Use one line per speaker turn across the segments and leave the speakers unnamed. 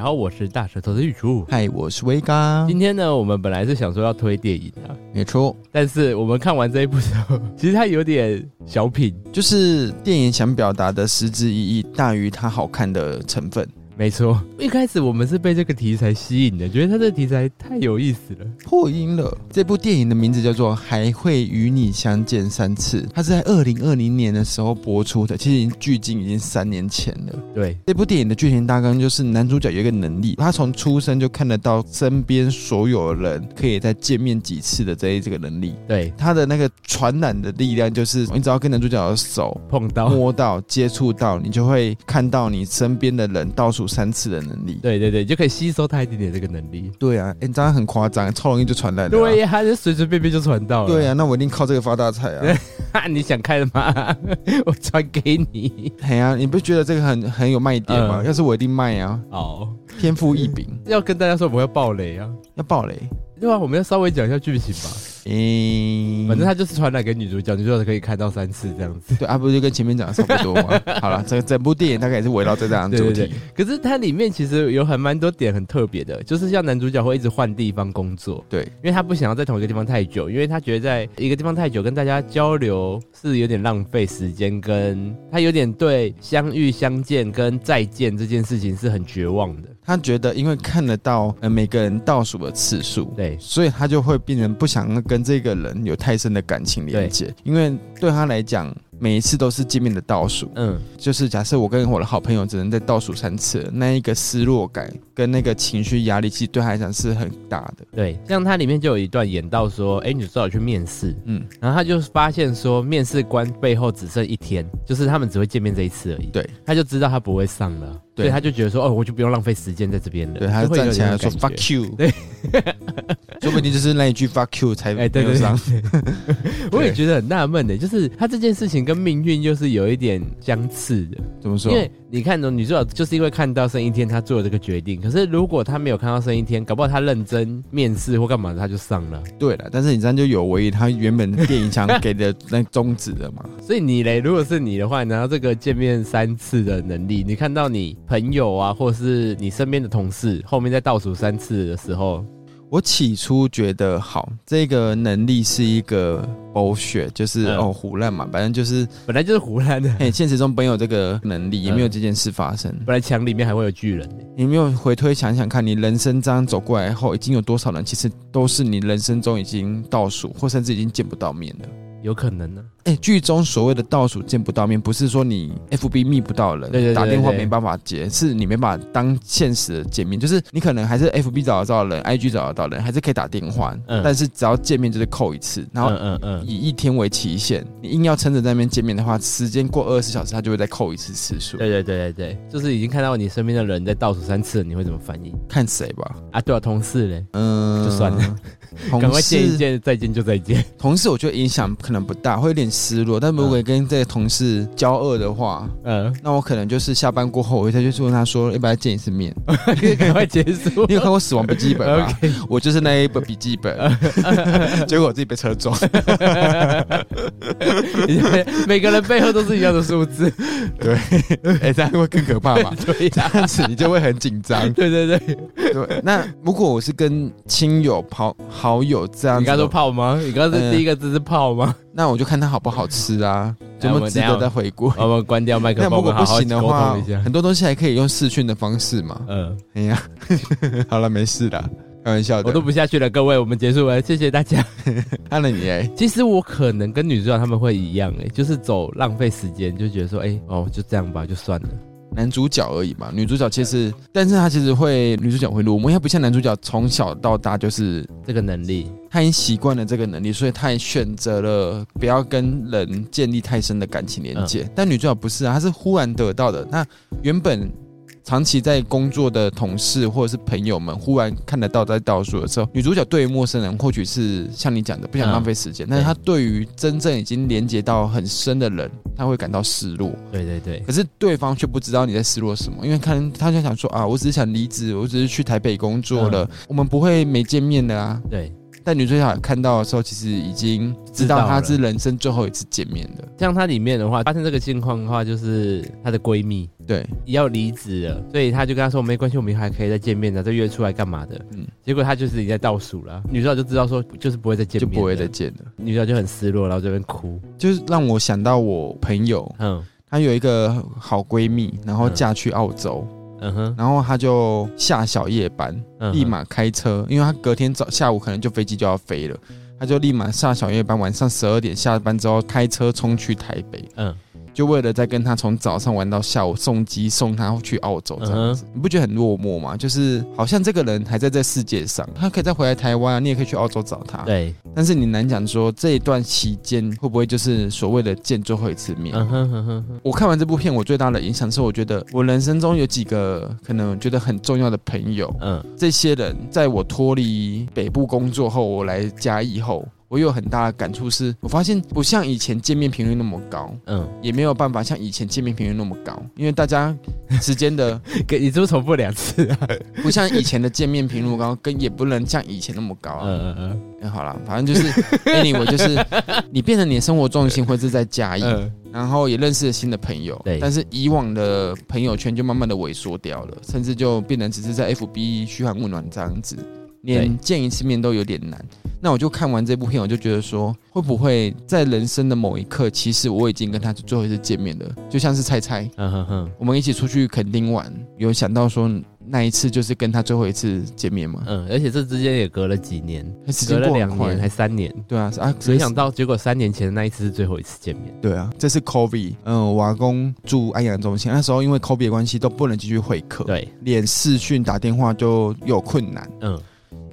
好，我是大舌头的玉竹。
嗨，我是威嘎，
今天呢，我们本来是想说要推电影啊，
没错，
但是我们看完这一部之后，其实它有点小品，
就是电影想表达的实质意义大于它好看的成分，
没错，一开始我们是被这个题材吸引的，觉得它这个题材太有意思了。
破音了。这部电影的名字叫做《还会与你相见三次》，它是在二零二零年的时候播出的，其实已经距今已经三年前了。
对，
这部电影的剧情大纲就是男主角有一个能力，他从出生就看得到身边所有人可以再见面几次的这一这个能力。
对，
他的那个传染的力量，就是你只要跟男主角的手
碰到，
摸到、接触到，你就会看到你身边的人倒数三次的能力。
对对对，就可以吸收它一点点这个能力。
对啊，哎、你这样很夸张，超容易就传染了、
对呀，它就随随便便就传到了。
啊对啊，那我一定靠这个发大财啊！
哈，你想开了吗？ 我传给你。
哎呀、你不觉得这个很很有卖点吗？
嗯
要是我一定卖啊，
好，
天赋异禀，
要跟大家说我们要爆雷啊。
要爆雷。
对啊，我们要稍微讲一下剧情吧。
诶、
反正他就是传染给女主角，女主角可以看到三次这样子。
对啊，不就跟前面讲的差不多 吗？好了，整整部电影大概也是围绕这样的主题。
对对可是它里面其实有很蛮多点很特别的，就是像男主角会一直换地方工作，
对
因为他不想要在同一个地方太久，因为他觉得在一个地方太久跟大家交流是有点浪费时间，跟他有点对相遇、相见跟再见这件事情是很绝望的。
他觉得因为看得到呃每个人倒数的次数，
对
所以他就会变成不想跟这个人有太深的感情连接，因为对他来讲，每一次都是见面的倒数。
嗯，
就是假设我跟我的好朋友只能在倒数三次，那一个失落感跟那个情绪压力，其实对他来讲是很大的。
对，像他里面就有一段演到说，哎，女主角去面试，
嗯，
然后他就发现说，面试官背后只剩一天，就是他们只会见面这一次而已。
对，
他就知道他不会上了，
对
所以他就觉得说，哦，我就不用浪费时间在这边了。
对，他
就
就
会有
站起来
这种
说
感觉
“fuck you”，
对，
说不定就是那一句 “fuck you” 才 没
哎对
有
对
上。
我也觉得很纳闷的，就是他这件事情跟命运又是有一点相似的，
怎么说
因？为你看哦，女主角就是因为看到生一天，她做了这个决定。可是如果她没有看到生一天，搞不好她认真面试或干嘛的，她就上了。
对了，但是你这样就有违他原本电影想给的那宗旨了嘛？
所以你嘞，如果是你的话，你拿到这个见面三次的能力，你看到你朋友啊，或是你身边的同事后面在倒数三次的时候，
我起初觉得好，这个能力是一个 bullshit，就是、
嗯
哦胡乱嘛，反正就是
本来就是胡乱的，
嘿，现实中没有这个能力，也没有这件事发生。
本来墙里面还会有巨人呢。
你没有回推想想看，你人生这样走过来后，已经有多少人其实都是你人生中已经倒数，或甚至已经见不到面了。
有可能呢、
哎，剧中所谓的倒数见不到面，不是说你 FB 密不到人，
对对对
打电话
对
没办法接，是你没办法当现实的见面，就是你可能还是 FB 找得到人，IG 找得到人，还是可以打电话，
嗯
但是只要见面就是扣一次，然后
嗯嗯嗯，
以一天为期限，你硬要撑着在那边见面的话，时间过二十小时，他就会再扣一次次数，
对对对对对，就是已经看到你身边的人在倒数三次了，你会怎么反应
看谁吧，
啊？对啊，同事嘞，
嗯，
就算了，
同
赶快见一
事
见，再见就再 见。
同事我觉得影响可能不大，会有点失落，但如果跟这个同事交恶的话。
嗯，
那我可能就是下班过后，我会再去问他说，要不要见一次面？
嗯 赶快结束
你。有看过《死亡笔记本》吗
OK，
我就是那一本笔记本，结果我自己被车 撞。
每个人背后都是一样的数字。？
对，哎、这样会更可怕吧
对呀、
这样子你就会很紧张。
对对对，
对，那如果我是跟亲友、跑好友这样
你
子
刚说
的话，
泡吗？你刚刚
嗯
是第一个字是泡吗？
那我就看他好不好吃啊，有没有值
哎我们等
得
一下
再回顾。
我们关掉麦克
那
风，
如
我
果
们
不
好好
行的
沟
话
通一下，。
很多东西还可以用视讯的方式嘛。
嗯，
哎呀， 好了，没事啦，开玩笑
我
的
都。不下去了，各位，我们结束了，谢谢大家。
按了你哎，
其实我可能跟女主角他们会一样、哎，就是走浪费时间，就觉得说，哎、哦，就这样吧，就算了。
男主角而已嘛，女主角其实，但是他其实会，女主角会落寞，因为他不像男主角从小到大就是
这个能力，
他已经习惯了这个能力，所以他也选择了不要跟人建立太深的感情连接。但女主角不是啊，她是忽然得到的。那原本长期在工作的同事或者是朋友们，忽然看得到在倒数的时候，女主角对于陌生人或许是像你讲的不想
嗯
浪费时间，但是她对于真正已经连接到很深的人，她会感到失落。
对对对，
可是对方却不知道你在失落什么，因为看他就想
嗯
说啊，我只是想离职，我只是去台北工作了，我们不会没见面的啊。
对，
但女主角看到的时候，其实已经知道她是人生最后一次见面了。
像她里面的话，发生这个情况的话，就是她的闺蜜
对，
也要离职了，所以她就跟她说没关系，我们还可以再见面的，再约出来干嘛的。嗯
嗯，
结果她就是已经在倒数了，女主角就知道说就是不会再见
就
面，
不会再。见了。
女主角就很失落，然后这边哭。
就是让我想到我朋友，
嗯
她有一个好闺蜜，然后
嗯
嫁去澳洲，
嗯哼，
然后她就下小夜班，
嗯哼
立马开车，因为她隔天早下午可能就飞机就要飞了，她就立马下小夜班，晚上十二点下班之后开车冲去台北，
嗯
就为了再跟她从早上玩到下午送机送她去澳洲
嗯
这样子，你不觉得很落寞吗？就是好像这个人还在这世界上，她可以再回来台湾啊，你也可以去澳洲找她，
对，
但是你难讲说这一段期间会不会就是所谓的见最后一次面。
嗯哼嗯哼哼，
我看完这部片，我最大的影响是，我觉得我人生中有几个可能觉得很重要的朋友，
嗯
这些人在我脱离北部工作后，我来嘉义后，我有很大的感触是，我发现不像以前见面频率那么高，
嗯，
也没有办法像以前见面频率那么高，因为大家时间 的
给 你是不是重复两次啊？
不像以前的见面频率高，跟也不能像以前那么高、啊。
嗯嗯
嗯，好啦，反正就是 anyway，就是你变成你的生活重心会是在嘉义，
嗯
然后也认识了新的朋友，
对
但是以往的朋友圈就慢慢的萎缩掉了，甚至就变成只是在 FB 嘘寒问暖这样子，
对
连见一次面都有点难。那我就看完这部片，我就觉得说，会不会在人生的某一刻，其实我已经跟他最后一次见面了，就像是菜菜，
嗯哼哼
我们一起出去垦丁玩，有想到说那一次就是跟他最后一次见面吗？
嗯，而且这之间也隔了几年，
时
呃隔
间
了
过
两
很
年还
快，
三年，
对啊啊，
没想到结果三年前的那一次是最后一次见面。
对啊，这是 Kobe，嗯，我阿公住安养中心，那时候因为 Kobe 的关系都不能继续会客，，
对，
连视讯打电话就有困难，
嗯，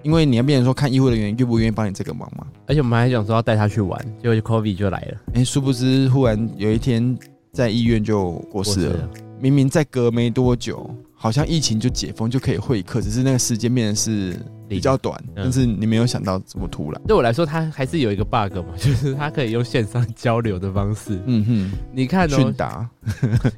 因为你要变成说看医护人员愿不愿意帮你这个忙嘛。
而且我们还想说要带他去玩，结果 Kobe 就来了，
哎，殊不知忽然有一天在医院就过
我
世了，
了，
明明在隔没多久，好像疫情就解封就可以会客，只是那个时间变得是比较短，
嗯
但是你没有想到这么突然。
对我来说，他还是有一个 bug 嘛， 就是他可以用线上交流的方式。
嗯
你看
哼，
哦
讯，达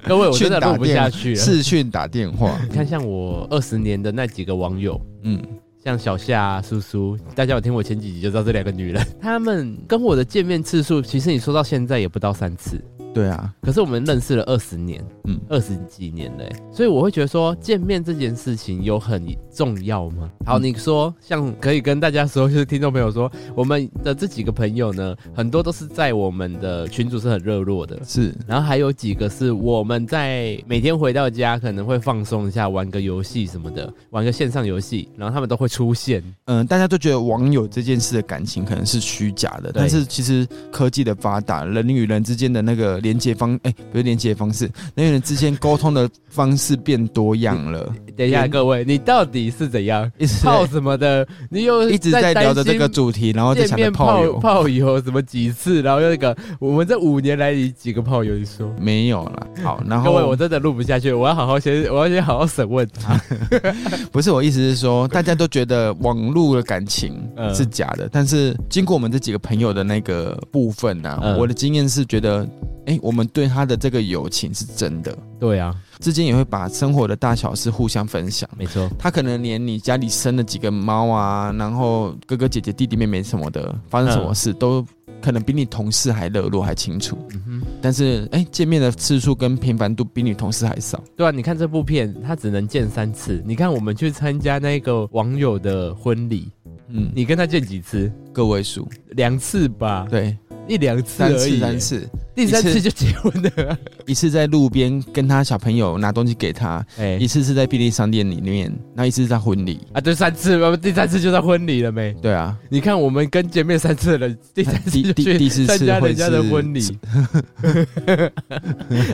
各位，我真的
讯打
录不下去了。
视讯打电 话，
你看，像我二十年的那几个网友，
嗯，
像小夏、啊、苏苏，大家有听我前几集就知道这两个女人，她们跟我的见面次数，其实你说到现在也不到三次。
对啊，
可是我们认识了二十年，
嗯，
二十几年嘞、所以我会觉得说见面这件事情有很重要吗？好，
嗯
你说像可以跟大家说，就是听众朋友说，我们的这几个朋友呢，很多都是在我们的群组是很热络的。
是，
然后还有几个是我们在每天回到家可能会放松一下，玩个游戏什么的，玩个线上游戏，然后他们都会出现。
嗯、大家都觉得网友这件事的感情可能是虚假的，但是其实科技的发达，人与人之间的那个连接方，哎、不是连接方式，人与人之间沟通的方式变多样 了，
等一下，
嗯
各位，你到底是怎样
一直
泡
在
什么的？你又
一直在
担
聊着这
心
个主题，然后哦就
见
想着
面
炮
泡
友，
泡友什么几次，然后又那个，我们这五年来你几个炮友？你说，
没有啦。 好，然
各位，我
后
真的录不下去，我要好好先，我要先好好审问他。
不是我意思是说，大家都觉得网络的感情
嗯
是假的，但是经过我们这几个朋友的那个部分啊，
嗯
我的经验是觉得，哎、我们对他的这个友情是真的。
对啊，
之间也会把生活的大小事互相分享。
没错，
他可能连你家里生了几个猫啊，然后哥哥姐姐弟弟妹妹什么的，发生什么事、都可能比你同事还热络还清楚。
嗯哼，
但是哎、见面的次数跟频繁度比你同事还少。
对啊，你看这部片，他只能见三次。你看我们去参加那个网友的婚礼，
嗯，
你跟他见几次？
个位数，
两次吧，
对，
一两次
三
而
次
已，
三，次，
第三次就结婚 了。
一次在路边跟他小朋友拿东西给他，
哎
一次是在便利商店里面，那一次是在婚礼。
啊，对，三次吧，第三次就到婚礼了没？
对啊，
你看我们跟见面三次的人，第三次就
第
去
第第四次
参加人
会
家的
是
婚 礼。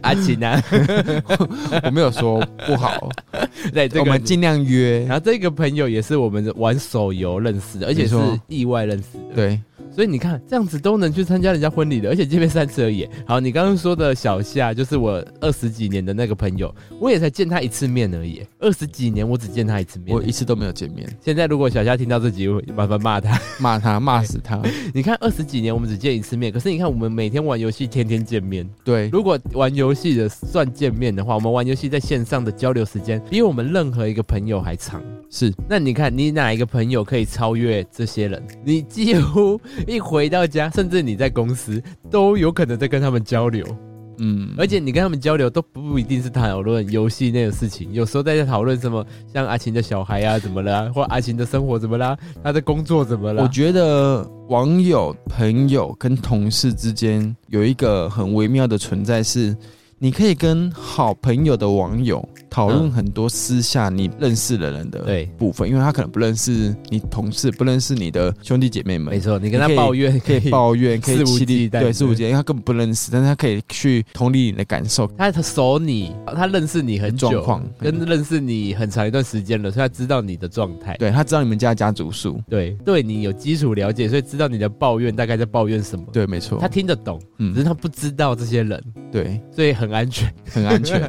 阿啊奇呢？
我没有说不好，
对， 这个啊
我们尽量约
然。后这个朋友也是我们玩手游认识的，而且
没
是
错
意外认识的。
对，
所以你看，这样子都能去参加人家婚礼的，而且见面三次而已。好，你刚刚说的小夏，就是我二十几年的那个朋友，我也才见他一次面而已。二十几年，我只见他一次面
我。一次都没有见面，
现在如果小夏听到这集，我麻烦骂他。
骂他骂死他。
你看，二十几年我们只见一次面，可是你看我们每天玩游戏，天天见面。
对，
如果玩游戏的算见面的话，我们玩游戏在线上的交流时间比我们任何一个朋友还长。
是
那你看，你哪一个朋友可以超越这些人？你几乎一回到家，甚至你在公司，都有可能在跟他们交流，
嗯，
而且你跟他们交流都不一定是讨论游戏内的事情，有时候在讨论什么，像阿琴的小孩啊怎么啦，或阿琴的生活怎么啦，他的工作怎么啦
我。觉得网友、朋友跟同事之间有一个很微妙的存在是。你可以跟好朋友的网友讨论
嗯
很多私下你认识的人的
对，
部分，因为他可能不认识你同事，不认识你的兄弟姐妹们
没，错，你跟他
你可以
抱怨
可以。抱怨，可以
肆无
气
忌惮
对，肆无
对
忌惮，因为他根本不认识，但是他可以去同理你的感受，
他他熟你，他认识你很
状
久
况，
跟认识你很长一段时间了，所以他知道你的状态。
对他知道你们家的家族数，
对，对你有基础了解，所以知道你的抱怨大概在抱怨什么。
对，没错
他，听得懂，只是
嗯，
他不知道这些人，
对，
所以很安全，
很安全，，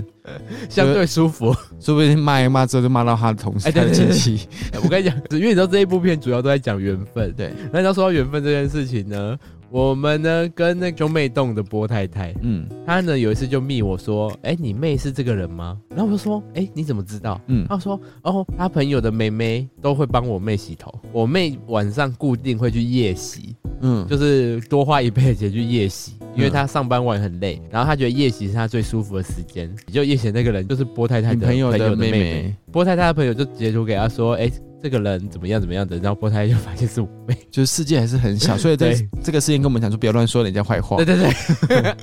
相对舒 服。
说不定骂一骂之后就骂到他的同事、
哎
他
对
的亲戚，
我跟你讲，因为你知道这一部片主要都在讲缘分。
对，
那你要说到缘分这件事情呢，我们呢跟那个兄妹洞的波太太，
嗯
她呢有一次就密我说：“哎、你妹是这个人吗？”然后我就说：“哎、你怎么知道？”
嗯，
他说：“哦，他朋友的妹妹都会帮我妹洗头，我妹晚上固定会去夜洗，
嗯，
就是多花一倍的钱去夜洗，因为她上班晚很累，然后她觉得夜洗是她最舒服的时间。就夜洗那个人就是波太太
你
的
朋友的妹
妹
妹，
波太太的朋友就截图给她说：‘哎、这个人怎么样怎么样的。’然后波太太就发现是我妹。
就是世界还是很小，所以在
对
这个事情跟我们讲说不要乱说人家坏话
对，对 对。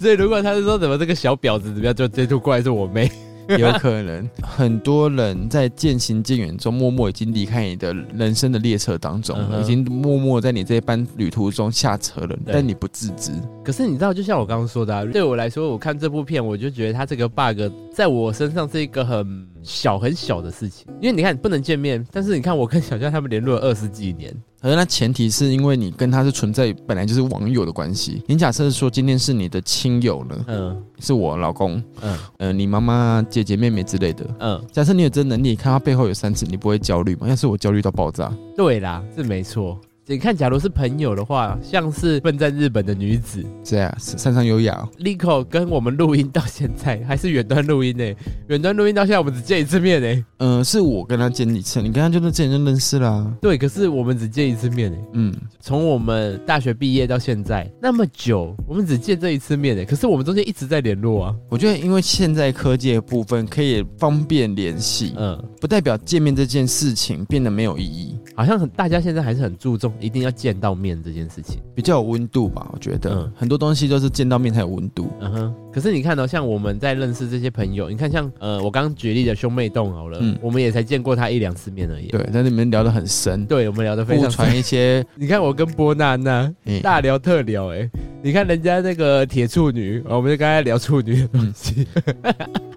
所以如果他是说怎么这个小婊子怎么样，就截图过来是我妹。
有可能很多人在渐行渐远中，默默已经离开你的人生的列车当中
嗯
了，
哼
已经默默在你这一班旅途中下车了，
对
但你不自知，
可是你知道，就像我刚刚说的、啊，对我来说，我看这部片，我就觉得它这个 bug 在我身上是一个很小很小的事情。因为你看不能见面，但是你看我跟小佳他们联络了二十几年，
可是那前提是因为你跟他是存在本来就是网友的关系。你假设说今天是你的亲友呢，
嗯
是我老公，
嗯
呃，你妈妈、姐姐、妹妹之类的。
嗯，
假设你有这能力，你看他背后有三次，你不会焦虑吗？要是我焦虑到爆炸，
对啦，是没错。你看，假如是朋友的话，像是嗯笨在日本的女子
这样山上优雅哦，
Lico 跟我们录音到现在还是远端录音呢、远端录音到现在我们只见一次面欸呢、
嗯、是我跟他见一次，你跟他就是之前就认识啦、
对，可是我们只见一次面呢、欸
嗯，
从我们大学毕业到现在那么久，我们只见这一次面诶，可是我们中间一直在联络啊。
我觉得因为现在科技的部分可以方便联系，
嗯，
不代表见面这件事情变得没有意义，
好像很大家现在还是很注重一定要见到面这件事情。
比较有温度吧。我觉得、
嗯
很多东西都是见到面才有温度。
嗯哼，可是你看到、像我们在认识这些朋友，你看像呃，我刚刚举例的兄妹洞好了，
嗯
我们也才见过他一两次面而已。，
对，但是你们聊得很深，
对我们聊得非
互
常
传 一些，
你看我跟波娜娜
嗯
大聊特聊、欸，你看人家那个铁处女，哦我们就刚才聊处女的东西。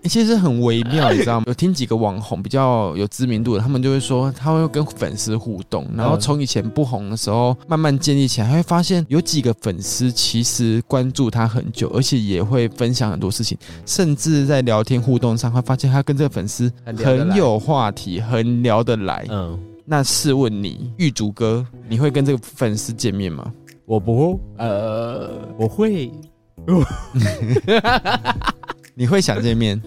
其实很微妙，你知道吗？有听几个网红比较有知名度的，他们就会说他会跟粉丝互动，然后
嗯
从以前不红的时候慢慢建立起来，他会发现有几个粉丝其实关注他很久，而且也会分享很多事情，甚至在聊天互动上会发现他跟这个粉丝
很聊得来
很有话题，很聊得来。
嗯，
那试问你，玉竹哥，你会跟这个粉丝见面吗？
我不，呃，我会，
你会想见 面？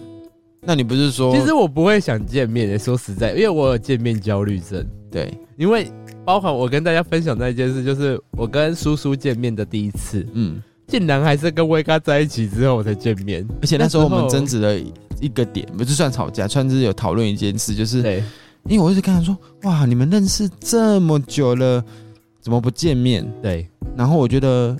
那你不是说
其实我不会想见面的、说实在，因为我有见面焦虑症。
对？
因为包含我跟大家分享那一件事，就是我跟叔叔见面的第一次，
嗯。
竟然还是跟威哥在一起之后我才见面。
而且那时候我们争
执，
执了一个点，不是算吵架，算是有讨论一件事，就是
对，
因为我一直跟他说，哇，你们认识这么久了，怎么不见面？
对，
然后我觉得，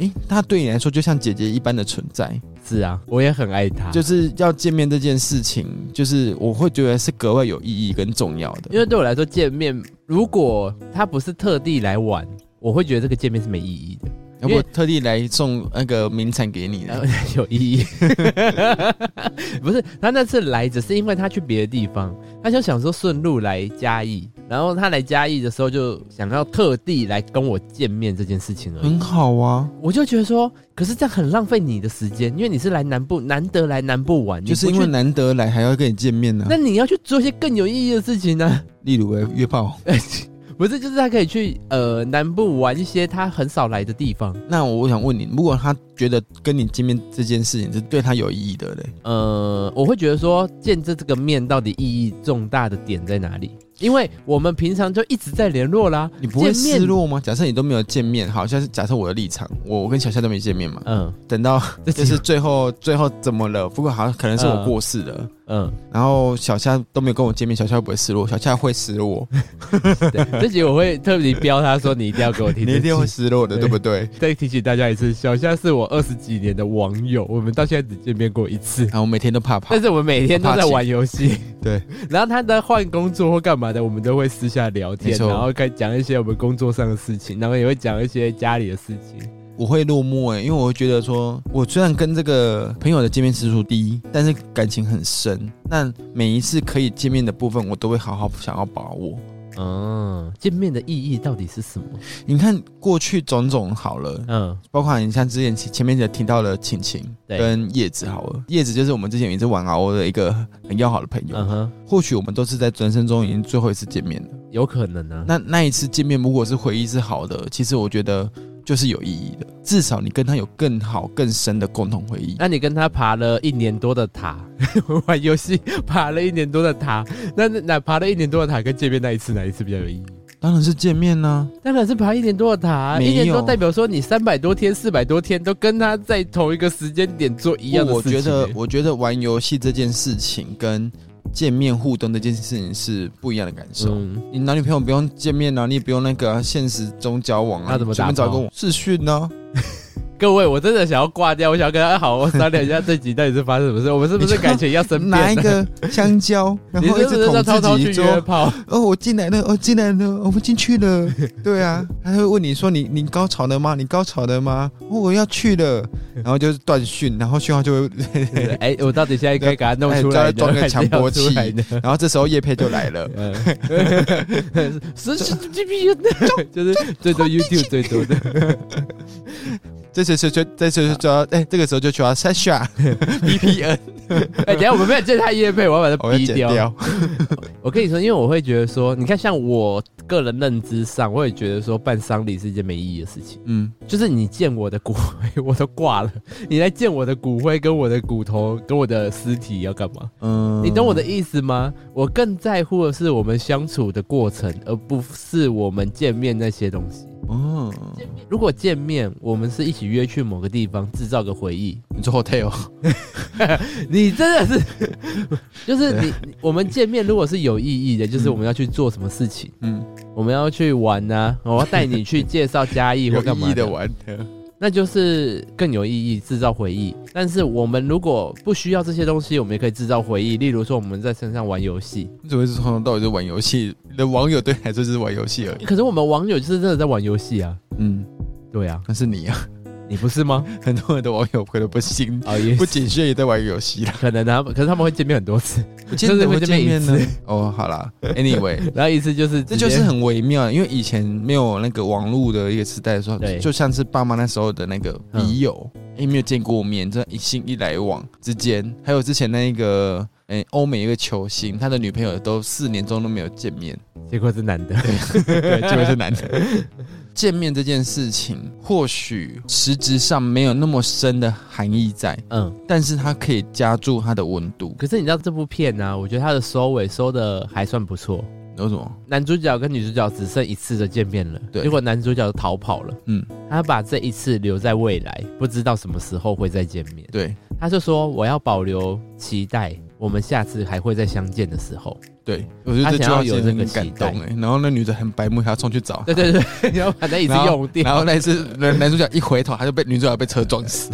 诶、他对你来说就像姐姐一般的存在，
是啊，我也很爱他，
就是要见面这件事情，就是我会觉得是格外有意义跟重要
因
的。
为对我来说，见面如果他不是特地来玩，我会觉得这个见面是没意义的，因
要不
为
特地来送那个名产给你
然后？
呢
有意义。不是他那次来，只是因为他去别的地方，他就想说顺路来嘉义，然后他来嘉义的时候，就想要特地来跟我见面这件事情而已。
很好啊，
我就觉得说，可是这样很浪费你的时间，因为你是来南部，难得来南部玩，
就是
你不
因为
去
难得来还啊要跟你见面呢、
那你要去做一些更有意义的事情呢、
例如欸约炮。
不是，就是他可以去呃南部玩一些他很少来的地方。
那我想问你，如果他觉得跟你见面这件事情是对他有意义的嘞，
呃，我会觉得说见这这个面到底意义重大的点在哪里？因为我们平常就一直在联络啦，
你不会
见面
失。落吗？假设你都没有见面，好像是假设我的立场，我我跟小夏都没见面嘛，
嗯，
等到
这
就
就是是
最后最后怎么了？不过好像可能是我过世了。
嗯，
然后小夏都没有跟我见面，小夏会不会失落？小夏会失落，
对， 这集我会特别标他说你一定要给我听，
你一定会失落的，对
对
不对？
再提醒大家一次，小夏是我二十几年的网友，我们到现在只见面过一次，
然后我每天都怕怕
但，是我们每天都在玩游戏。
对，
然后他在换工作或干嘛的，我们都会私下聊
没
天，
错
然后该讲一些我们工作上的事情，然后也会讲一些家里的事情。
我会落寞哎、因为我会觉得说，我虽然跟这个朋友的见面次数低，但是感情很深。那每一次可以见面的部分，我都会好好想要把握。
嗯，见面的意义到底是什么？
你看过去种种好了，
嗯，
包括你像之前前面也提到了晴晴
对
跟叶子好了，叶子就是我们之前一直玩熬的一个很要好的朋友。
嗯哼，
或许我们都是在人生中已经最后一次见面了。
有可能啊。
那那一次见面，如果是回忆是好的，其实我觉得就是有意义的，至少你跟他有更好、更深的共同回忆。
那你跟他爬了一年多的塔， 玩游戏爬了一年多的塔，那那那爬了一年多的塔跟见面那一次哪一次比较有意义？
当然是见面啊呢、
当然是爬一年多的塔啊，
没有
一年多代表说你三百多天、四百多天都跟他在同一个时间点做一样的
我
事情
觉
欸。
得，我觉得玩游戏这件事情跟见面互动这件事情是不一样的感受。
嗯，
你男女朋友不用见面啊，你也不用那个啊、现实中交往啊，
那怎么
随便
打
找
炮
一个我视讯啊呢、
各位，我真的想要挂掉，我想要跟他好好商量一下这集到底是发生什么事，我们是不
你
是
就
感情要生
拿一
变？
个香蕉，然
你
后一
是不
直
是
捅
要偷偷
自己
去
一桌
约。炮？
哦，我进来了，哦，进来了，我们进去了。 对啊，他会问你说你你高潮了吗？你高潮了吗？哦，我要 去了，然后就是断讯，然后讯号就会，
哎，我到底现在该给他弄出
哎
来呢，
装个强迫器
还是要出来呢
然后这时候叶佩就 来了。
嗯，是是这边就是最多 YouTube 最多的，
这时候就这时候 就要哎，这个时候就需要 Sasha VPN，
哎，等一下我们没有见他叶配，我要把
我
他
要
逼
剪掉。
我跟你说，因为我会觉得说，你看，像我个人认知上，我也觉得说办丧礼是一件没意义的事情。
嗯，
就是你见我的骨灰，我都挂了，你来见我的骨灰、跟我的骨头、跟我的尸体要干嘛？
嗯
你懂我的意思吗？我更在乎的是我们相处的过程，而不是我们见面那些东西。
哦，
如果见面，我们是一起约去某个地方，制造个回忆。
你做 hotel
你真的是， 就是你你我们见面如果是有意义的，就是我们要去做什么事情。
嗯，
我们要去玩呢、我要带你去介绍嘉义或
有
干
意
嘛
义的玩。
那就是更有意义，制造回忆。但是我们如果不需要这些东西，我们也可以制造回忆。例如说，我们在身上玩游戏，
你怎么会是从头到尾就玩游戏？你的网友对你来说就是玩游戏而已。
可是我们网友就是真的在玩游戏啊。
嗯，
对啊，
那是你啊，
你不是吗？
很多人的网友可能不信，
哦，也
不仅是也在玩游戏啦。
可能啊，可是他们会见面很多次，
不
见得会见面呢。
哦，好啦 ，Anyway，
然后一次就是
这
直接
就是很微妙，因为以前没有那个网络的一个时代的时候，
对嗯
就像是爸妈那时候的那个笔友，也、没有见过面，这一心一来往之间，还有之前那一个。哎，欧美一个球星，他的女朋友都四年中都没有见面，
结果是男的，
对，结果是男的。 见面这件事情，或许实质上没有那么深的含义在，
嗯。
但是它可以加注它的温度。
可是你知道这部片呢、我觉得它的收尾收的还算不错。
有什么？
男主角跟女主角只剩一次的见面了，
对
结果男主角逃跑了，
嗯，
他把这一次留在未来，不知道什么时候会再见面。
对
他就说我要保留期待，我们下次还会再相见的时候。
对，我觉得这句话真的很
他
感
想要
动
有
哎、然后那女的很白目，还要冲去找。
对对对， 然后把那一次
然后
用掉，
然后那一次男男主角一回头，他就被女主角被车 撞死。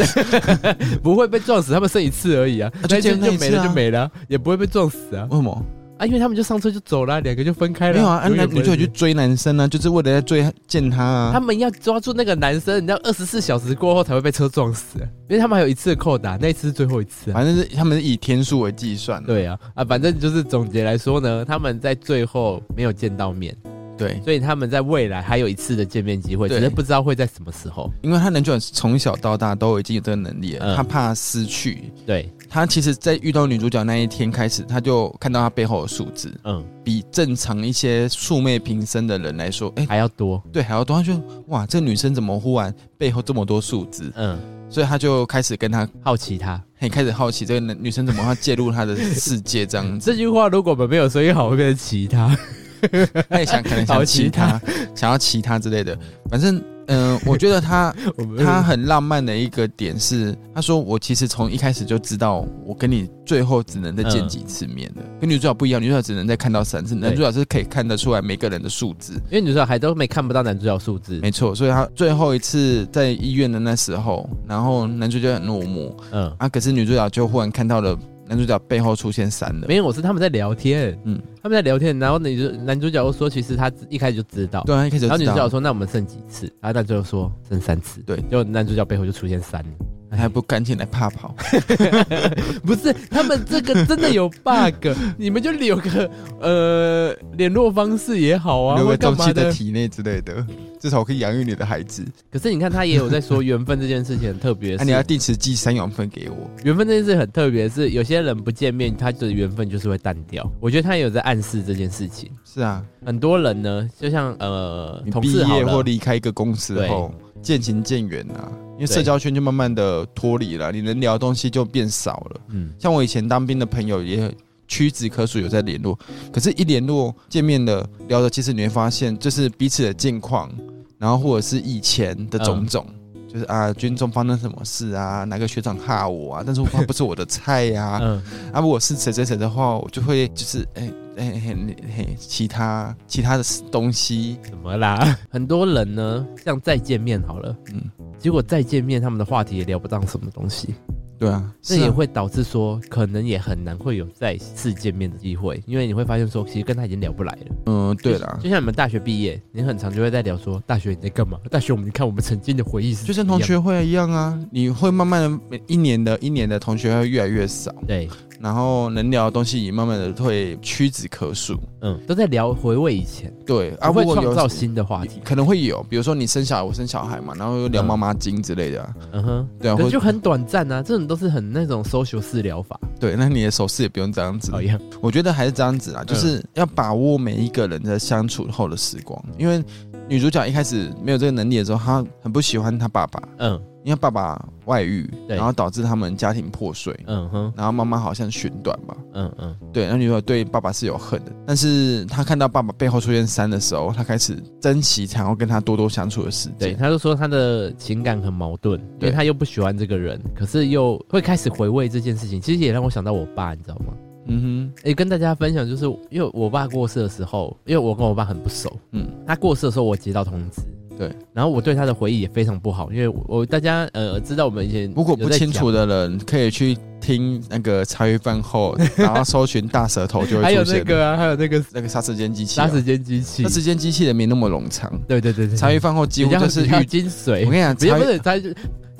不会被撞死，他们剩一次而已啊，
就
那一次
见那
就
一次
没
啊
了就没了啊，也不会被撞死啊。
为什么？
啊，因为他们就上车就走了，两个就分开了。
没有啊，啊
永远
男
不会
女主角去追男生啊，就是为了要追见他啊。
他们要抓住那个男生，你知道二十四小时过后才会被车撞死，因为他们还有一次的扣打，那一次是最后一次、啊。
反正是他们是以天数为计算的。
对啊，啊，反正就是总结来说呢，他们在最后没有见到面，
对，
所以他们在未来还有一次的见面机会，
对
只是不知道会在什么时候。
因为他男主角从小到大都已经有这个能力了，
嗯
他怕失去。
对，
他其实，在遇到女主角那一天开始，他就看到他背后的数字
嗯，
比正常一些素昧平生的人来说，哎、
还要多，
对，还要多。他就哇，这女生怎么忽然背后这么多数字？
嗯，
所以他就开始跟他，
好奇他
很开始好奇这个男女生怎么会介入他的世界这样子。
这句话，如果我们没有声音好，会变成其他。
他也想可能
好
想
奇
骑他，想要骑他之类的。反正，嗯、我觉得他
我们
他很浪漫的一个点是，他说我其实从一开始就知道，我跟你最后只能再见几次面的，跟女主角不一样，女主角只能再看到三次，男主角是可以看得出来每个人的数字，
因为女主角还都没看不到男主角数字，
没错。所以他最后一次在医院的那时候，然后男主角很落寞
嗯，
啊，可是女主角就忽然看到了男主角背后出现三了，
没有，我是他们在聊天，嗯
嗯，
他们在聊天，然后女主男主角又说，其实他一开始就知道，
对啊，一开始
然后
就
女
知
主角
道
说：“那我们剩几次？”然后男主角说：“剩三次。”
对
就男主角背后就出现三了。
还不赶紧来怕跑，
不是，他们这个真的有 bug，你们就留个呃联络方式也好啊，
留
或
个
干
东
嘛
西
的
在。体内之类的，至少我可以养育你的孩子。
可是你看，他也有在说缘分这件事情很特别，
那、
是
啊你要定时寄三养分给我，
缘分这件事很特别，是有些人不见面，他的缘分就是会淡掉。我觉得他也有在暗示这件事情。
是啊。
很多人呢，就像呃
你
同
毕
事好
业或
了，
离开一个公司后，渐行渐远啊，因为社交圈就慢慢的脱离了，你能聊的东西就变少了。
嗯，
像我以前当兵的朋友也屈指可数有在联络，可是，一联络见面的聊的，其实你会发现，就是彼此的近况，然后或者是以前的
嗯
种种。就是啊，军中发生什么事啊？哪个学长哈我啊？但是他不是我的菜呀、啊。
嗯，
如果是谁谁谁的话，我就会就是哎哎嘿嘿，其他其他的东西，
怎么啦？ 很多人呢，像再见面好了，
嗯，
结果再见面，他们的话题也聊不到什么东西，
对啊，
这
是啊
也会导致说，可能也很难会有再次见面的机会，因为你会发现说，其实跟他已经聊不来了。
嗯，对啦
就，像你们大学毕业，你很常就会在聊说，大学你在干嘛？大学我们你看我们曾经的回忆是
就
怎
像
么样
同学会一样啊，你会慢慢的每一年的一年的同学会越来越少，
对，
然后能聊的东西也慢慢的会屈指可数。
嗯，都在聊回味以前，
对啊，
不会
如果有
创造新的话题。
可能会有，比如说你生小孩，我生小孩嘛，然后又聊妈妈经之类的啊、
嗯哼，
对啊，
可
或
是就很短暂啊，这种都是很那种 social 式疗法，
对，那你的手势也不用这样子
讨，厌。
我觉得还是这样子啦，就是要把握每一个人的相处后的时光，因为女主角一开始没有这个能力的时候，她很不喜欢她爸爸，
嗯
因为爸爸外遇，
对
然后导致他们家庭破碎，
嗯哼，
然后妈妈好像寻短吧，
嗯嗯，
对，那女主角对爸爸是有恨的，但是她看到爸爸背后出现三的时候，她开始珍惜想要跟他多多相处的时
对，
间。
他就说他的情感很矛盾，因为
对
他又不喜欢这个人，可是又会开始回味这件事情。其实也让我想到我爸，你知道吗？
嗯
也、跟大家分享，就是因为我爸过世的时候，因为我跟我爸很不熟，嗯
嗯，
他过世的时候我接到通知，
对，
然后我对他的回忆也非常不好，因为我我大家呃知道我们以前
哼，如果不清楚
的，
的人可以去听那个茶余饭后，然后搜寻大舌头就
还
会
有
出现。
那个啊，还有那个
那个杀时间机器、
杀
啊，
时间机器
那，时间机器的没那么冗长，
对对对对，
茶余饭后几乎就是
比较
遇
比较精髓，
我跟你讲
比较
茶
不
余
是茶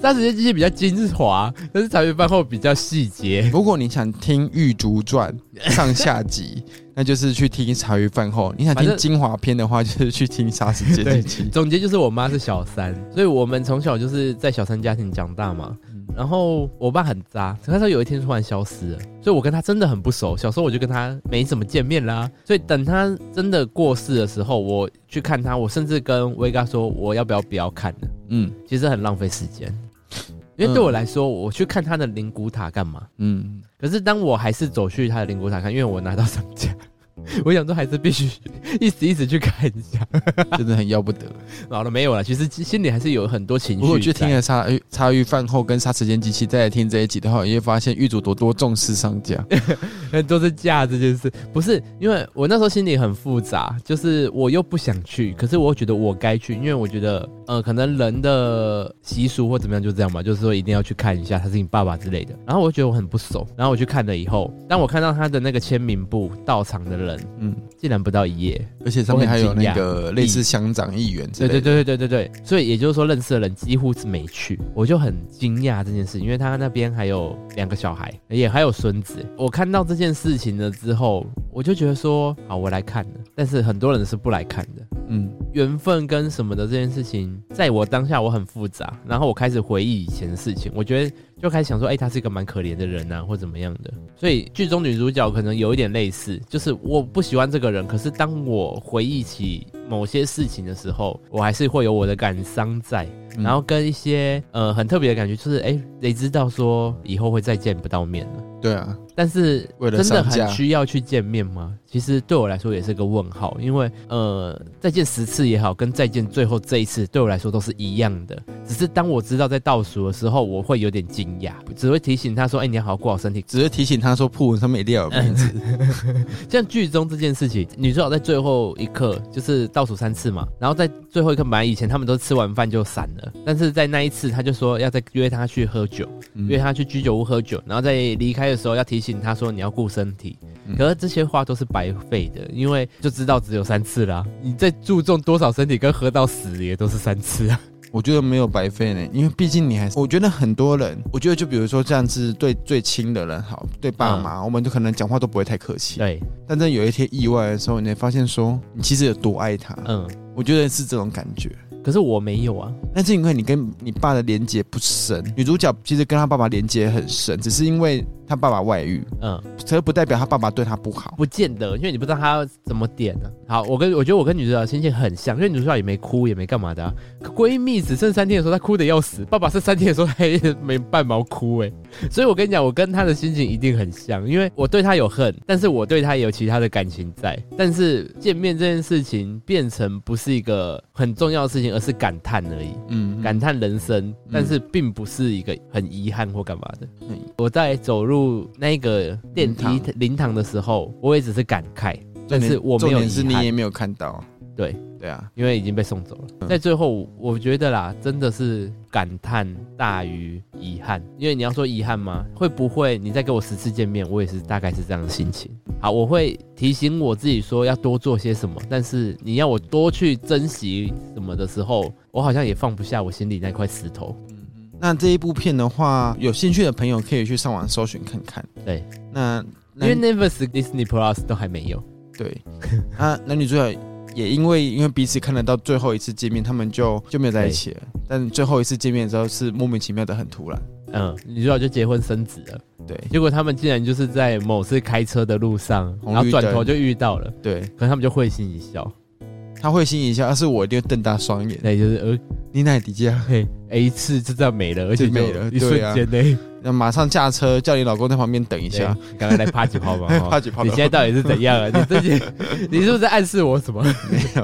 杀时间机器比较精华，但是茶余饭后比较细节，
如果你想听《玉竹传》上下 集，那就是去听茶余饭后；你想
反正
听精华篇的话，就是去听《杀时间
对
机器》。
总结就是我妈是小三，所以我们从小就是在小三家庭长大嘛。然后我爸很渣，可是他有一天突然消失了，所以我跟他真的很不熟。小时候我就跟他没怎么见面啦，所以等他真的过世的时候，我去看他，我甚至跟威嘎说我要不要不要看了，
嗯
其实很浪费时间，因为对我来说，我去看他的灵骨塔干嘛？
嗯，
可是当我还是走去他的灵骨塔看，因为我拿到涨价， 我想说还是必须一时一时去看一下。
嗯真的很要不得。
好了，没有了，其实心里还是有很多情绪在。
不过我觉得听了啊差《差差狱饭后》跟《杀时间机器》，再来听这一集的话，你会发现狱主多多重视商 家。
都是嫁这件事，不是因为我那时候心里很复杂，就是我又不想去，可是我又觉得我该去，因为我觉得呃，可能人的习俗或怎么样就这样吧，就是说一定要去看一下他是你爸爸之类的。然后我就觉得我很不熟，然后我去看了以后，当我看到他的那个签名簿，到场的人
嗯，
竟然不到一页，
而且上面还有那
我
个类似乡长、议员之
对对
类的。
对对对对对，所以也就是说认识的人几乎是没去，我就很惊讶这件事，因为他那边还有两个小孩，也还有孙子。我看到这件事情了之后，我就觉得说，好，我来看了。但是很多人是不来看的，
嗯，
缘分跟什么的这件事情，在我当下我很复杂，然后我开始回忆以前的事情，我觉得就开始想说，哎、他是一个蛮可怜的人呐、或怎么样的。所以剧中女主角可能有一点类似，就是我不喜欢这个人，可是当我回忆起某些事情的时候，我还是会有我的感伤在，
嗯
然后跟一些呃很特别的感觉，就是哎，谁、知道说以后会再见不到面了。
对啊，
但是
为了
真的
上架
很需要去见面吗？其实对我来说也是个问号，因为呃，再见十次也好，跟再见最后这一次对我来说都是一样的。只是当我知道在倒数的时候，我会有点惊讶，只会提醒他说：“哎、你要好好顾好身体。
只是提醒他说铺文上面一定要有名 字。”
像剧中这件事情，女主角在最后一刻就是倒数三次嘛，然后在最后一刻，本来以前他们都吃完饭就散了，但是在那一次，他就说要再约她去喝酒，
嗯
约他去居酒屋喝酒，然后在离开的时候要提醒他说你要顾身体。
嗯
可是这些话都是白费的，因为就知道只有三次啦。你再注重多少身体，跟喝到死也都是三次啊。
我觉得没有白费呢，因为毕竟你还是，我觉得很多人，我觉得就比如说这样子对最亲的人好，对爸妈，我们就可能讲话都不会太客
嗯
气。
对，
但在有一天意外的时候，你会发现说你其实有多爱他，
嗯，
我觉得是这种感觉。
可是我没有啊。
那是因为你跟你爸的连接不深，女主角其实跟她爸爸连接很深，只是因为她爸爸外遇，
嗯，
这不代表她爸爸对她不好。
不见得，因为你不知道他要怎么点呢、好，我跟我觉得我跟女主角的心情很像，因为女主角也没哭，也没干嘛的、啊。闺蜜只剩三天的时候，她哭的要死；爸爸剩三天的时候，她也没半毛哭哎、所以我跟你讲，我跟她的心情一定很像，因为我对她有恨，但是我对她也有其他的感情在。但是见面这件事情变成不是一个很重要的事情，而是感叹而已。
嗯，
感叹人生，但是并不是一个很遗憾或干嘛的。
嗯
我在走入那个电梯
灵
灵堂的时候，我也只是感慨，但是我没
重
有
点是
遗
你嗯也
憾，
没有看到。
对，
对啊，
因为已经被送走了。在最后，我觉得啦，真的是感叹大于遗憾，因为你要说遗憾吗？会不会你再给我十次见面，我也是大概是这样的心情。好，我会提醒我自己说要多做些什么，但是你要我多去珍惜什么的时候，我好像也放不下我心里那块石头。
那这一部片的话，有兴趣的朋友可以去上网搜寻看看。
对，
那
因为
男
Netflix、Disney Plus 都还没有。
对啊，男女主角也因为因为彼此看得到最后一次见面，他们就就没有在一起了。但最后一次见面之后是莫名其妙的很突然。
嗯，女主角就结婚生子了，
对
结果他们竟然就是在某次开车的路上，
红绿
然后转
灯
头就遇到了，
对，
可能他们就会心一笑，
他会心一笑，但啊是我一定会瞪大双眼。
那也就是呃
你哪底下？
嘿，哎一次就这样没了，而且就
没了
一瞬
对啊
间呢，
那马上驾车叫你老公在旁边等一
你
下。
赶快来啪几 炮吧，哦
啪几炮
你现在到底是怎样啊？ 你自己，你是不是在暗示我什么？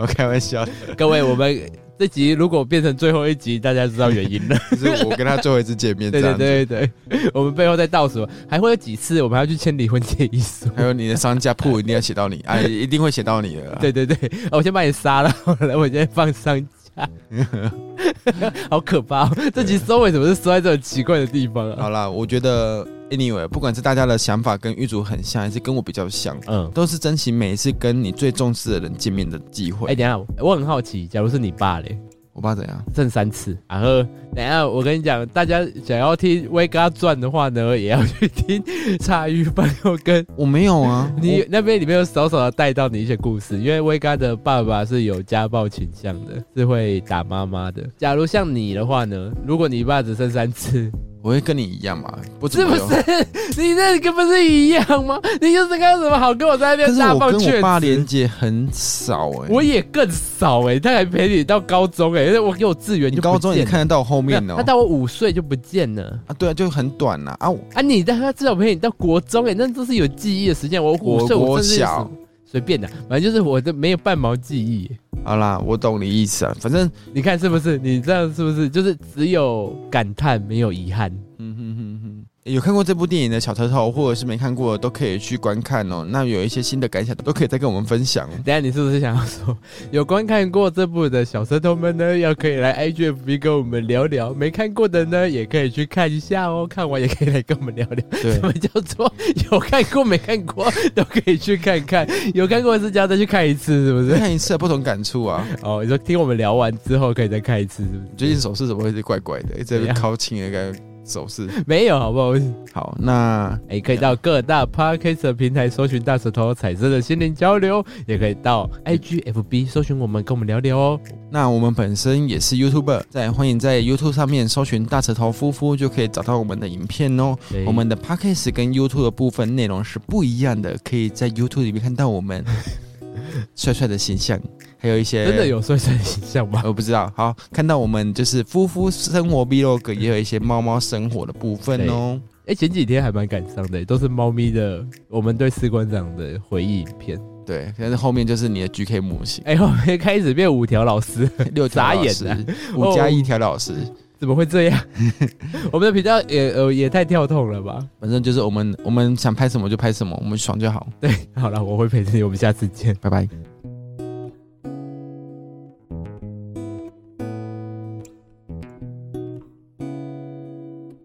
我开玩笑，
各位，我们这集如果变成最后一集，大家知道原因了。
就是我跟他最后一次 见 面这
对
样
对
子。
对对对，我们背后在倒数，还会有几次我们还要去签离婚协议书。
还有你的商家铺一定要写到你，哎，一定会写到你的啦。
对对对，啊我先把你杀了，好了，我先放上 架。好可怕、哦！这集收尾怎么是收在这种奇怪的地方啊？
好啦，我觉得 anyway，不管是大家的想法跟狱主很像，还是跟我比较像，
嗯，
都是珍惜每一次跟你最重视的人见面的机
哎、
会。
等一下，我很好奇，假如是你爸嘞，
我爸怎样？
剩三次，然后等一下我跟你讲，大家想要听《威嘎传》的话呢，也要去听《茶余饭后》跟，
我没有啊
你那边里面有少少的带到你一些故事，因为威嘎的爸爸是有家暴倾向的，是会打妈妈的。假如像你的话呢，如果你爸只剩三次，
我我会跟你一样嘛，不怎
是
么
不
有
是？你那个不是一样吗？你就是刚刚怎么好跟我在那
但
边
是
大
我
放
跟
厥
我爸连
词？
接很少哎、
我也更少哎、他还陪你到高中哎、我幼稚园
你
就
高中也
也
看得到后面
没
哦、
有他到我五岁就不见了
啊，对啊，就很短呐啊，我
欸啊！你带他至少陪你到国中哎、那这是有记忆的时间。我五
我
岁，我
国
甚至
小
是随便的，反正就是我的没有半毛记忆。
好啦，我懂你意思啊，反正，
你看是不是？你这样是不是就是只有感叹没有遗憾？
嗯哼哼哼。有看过这部电影的小头头，或者是没看过的，都可以去观看哦。那有一些新的感想，都可以再跟我们分享哦。
等一下你是不是想要说，有观看过这部的小舌头们呢，要可以来 IGFB 跟我们聊聊；没看过的呢，也可以去看一下哦。看完也可以来跟我们聊聊。
对
什，么叫做有看过没看过都可以去看看？有看过的是要再去看一次，是不是？
看一次啊不同感触啊。
哦，你说听我们聊完之后可以再看一次，是不是？
你最近手势怎么会是怪怪
啊
的？一直在那边靠近那个手势。
没有，好不好？
好，那
哎，可以到各大 podcast 的平台搜寻大舌头彩色的心灵交流，也可以到 IGFB 搜寻我们，跟我们聊聊哦。
那我们本身也是 YouTuber，在欢迎在 YouTube 上面搜寻“大舌头夫妇”，就可以找到我们的影片哦。
对
我们的 Podcast 跟 YouTube 的部分内容是不一样的，可以在 YouTube 里面看到 我们帅帅的形象，还有一些
真的。有帅帅的形象吗？
我不知道，好看到我们就是夫妇生活 vlog，也有一些猫猫生活的部分哦。
哎、前几天还蛮感伤的，都是猫咪的，我们对士官长的回忆影片。
对，但是后面就是你的 GK 模型，
哎、后面开始变五条老师，
六条老
傻眼啊
师，五加一条老师，
怎么会这样？ 我们的频道也呃也太跳痛了吧？
反正就是我们我们想拍什么就拍什么，我们爽就好，
对，好了，我会陪着你，我们下次见。
拜拜。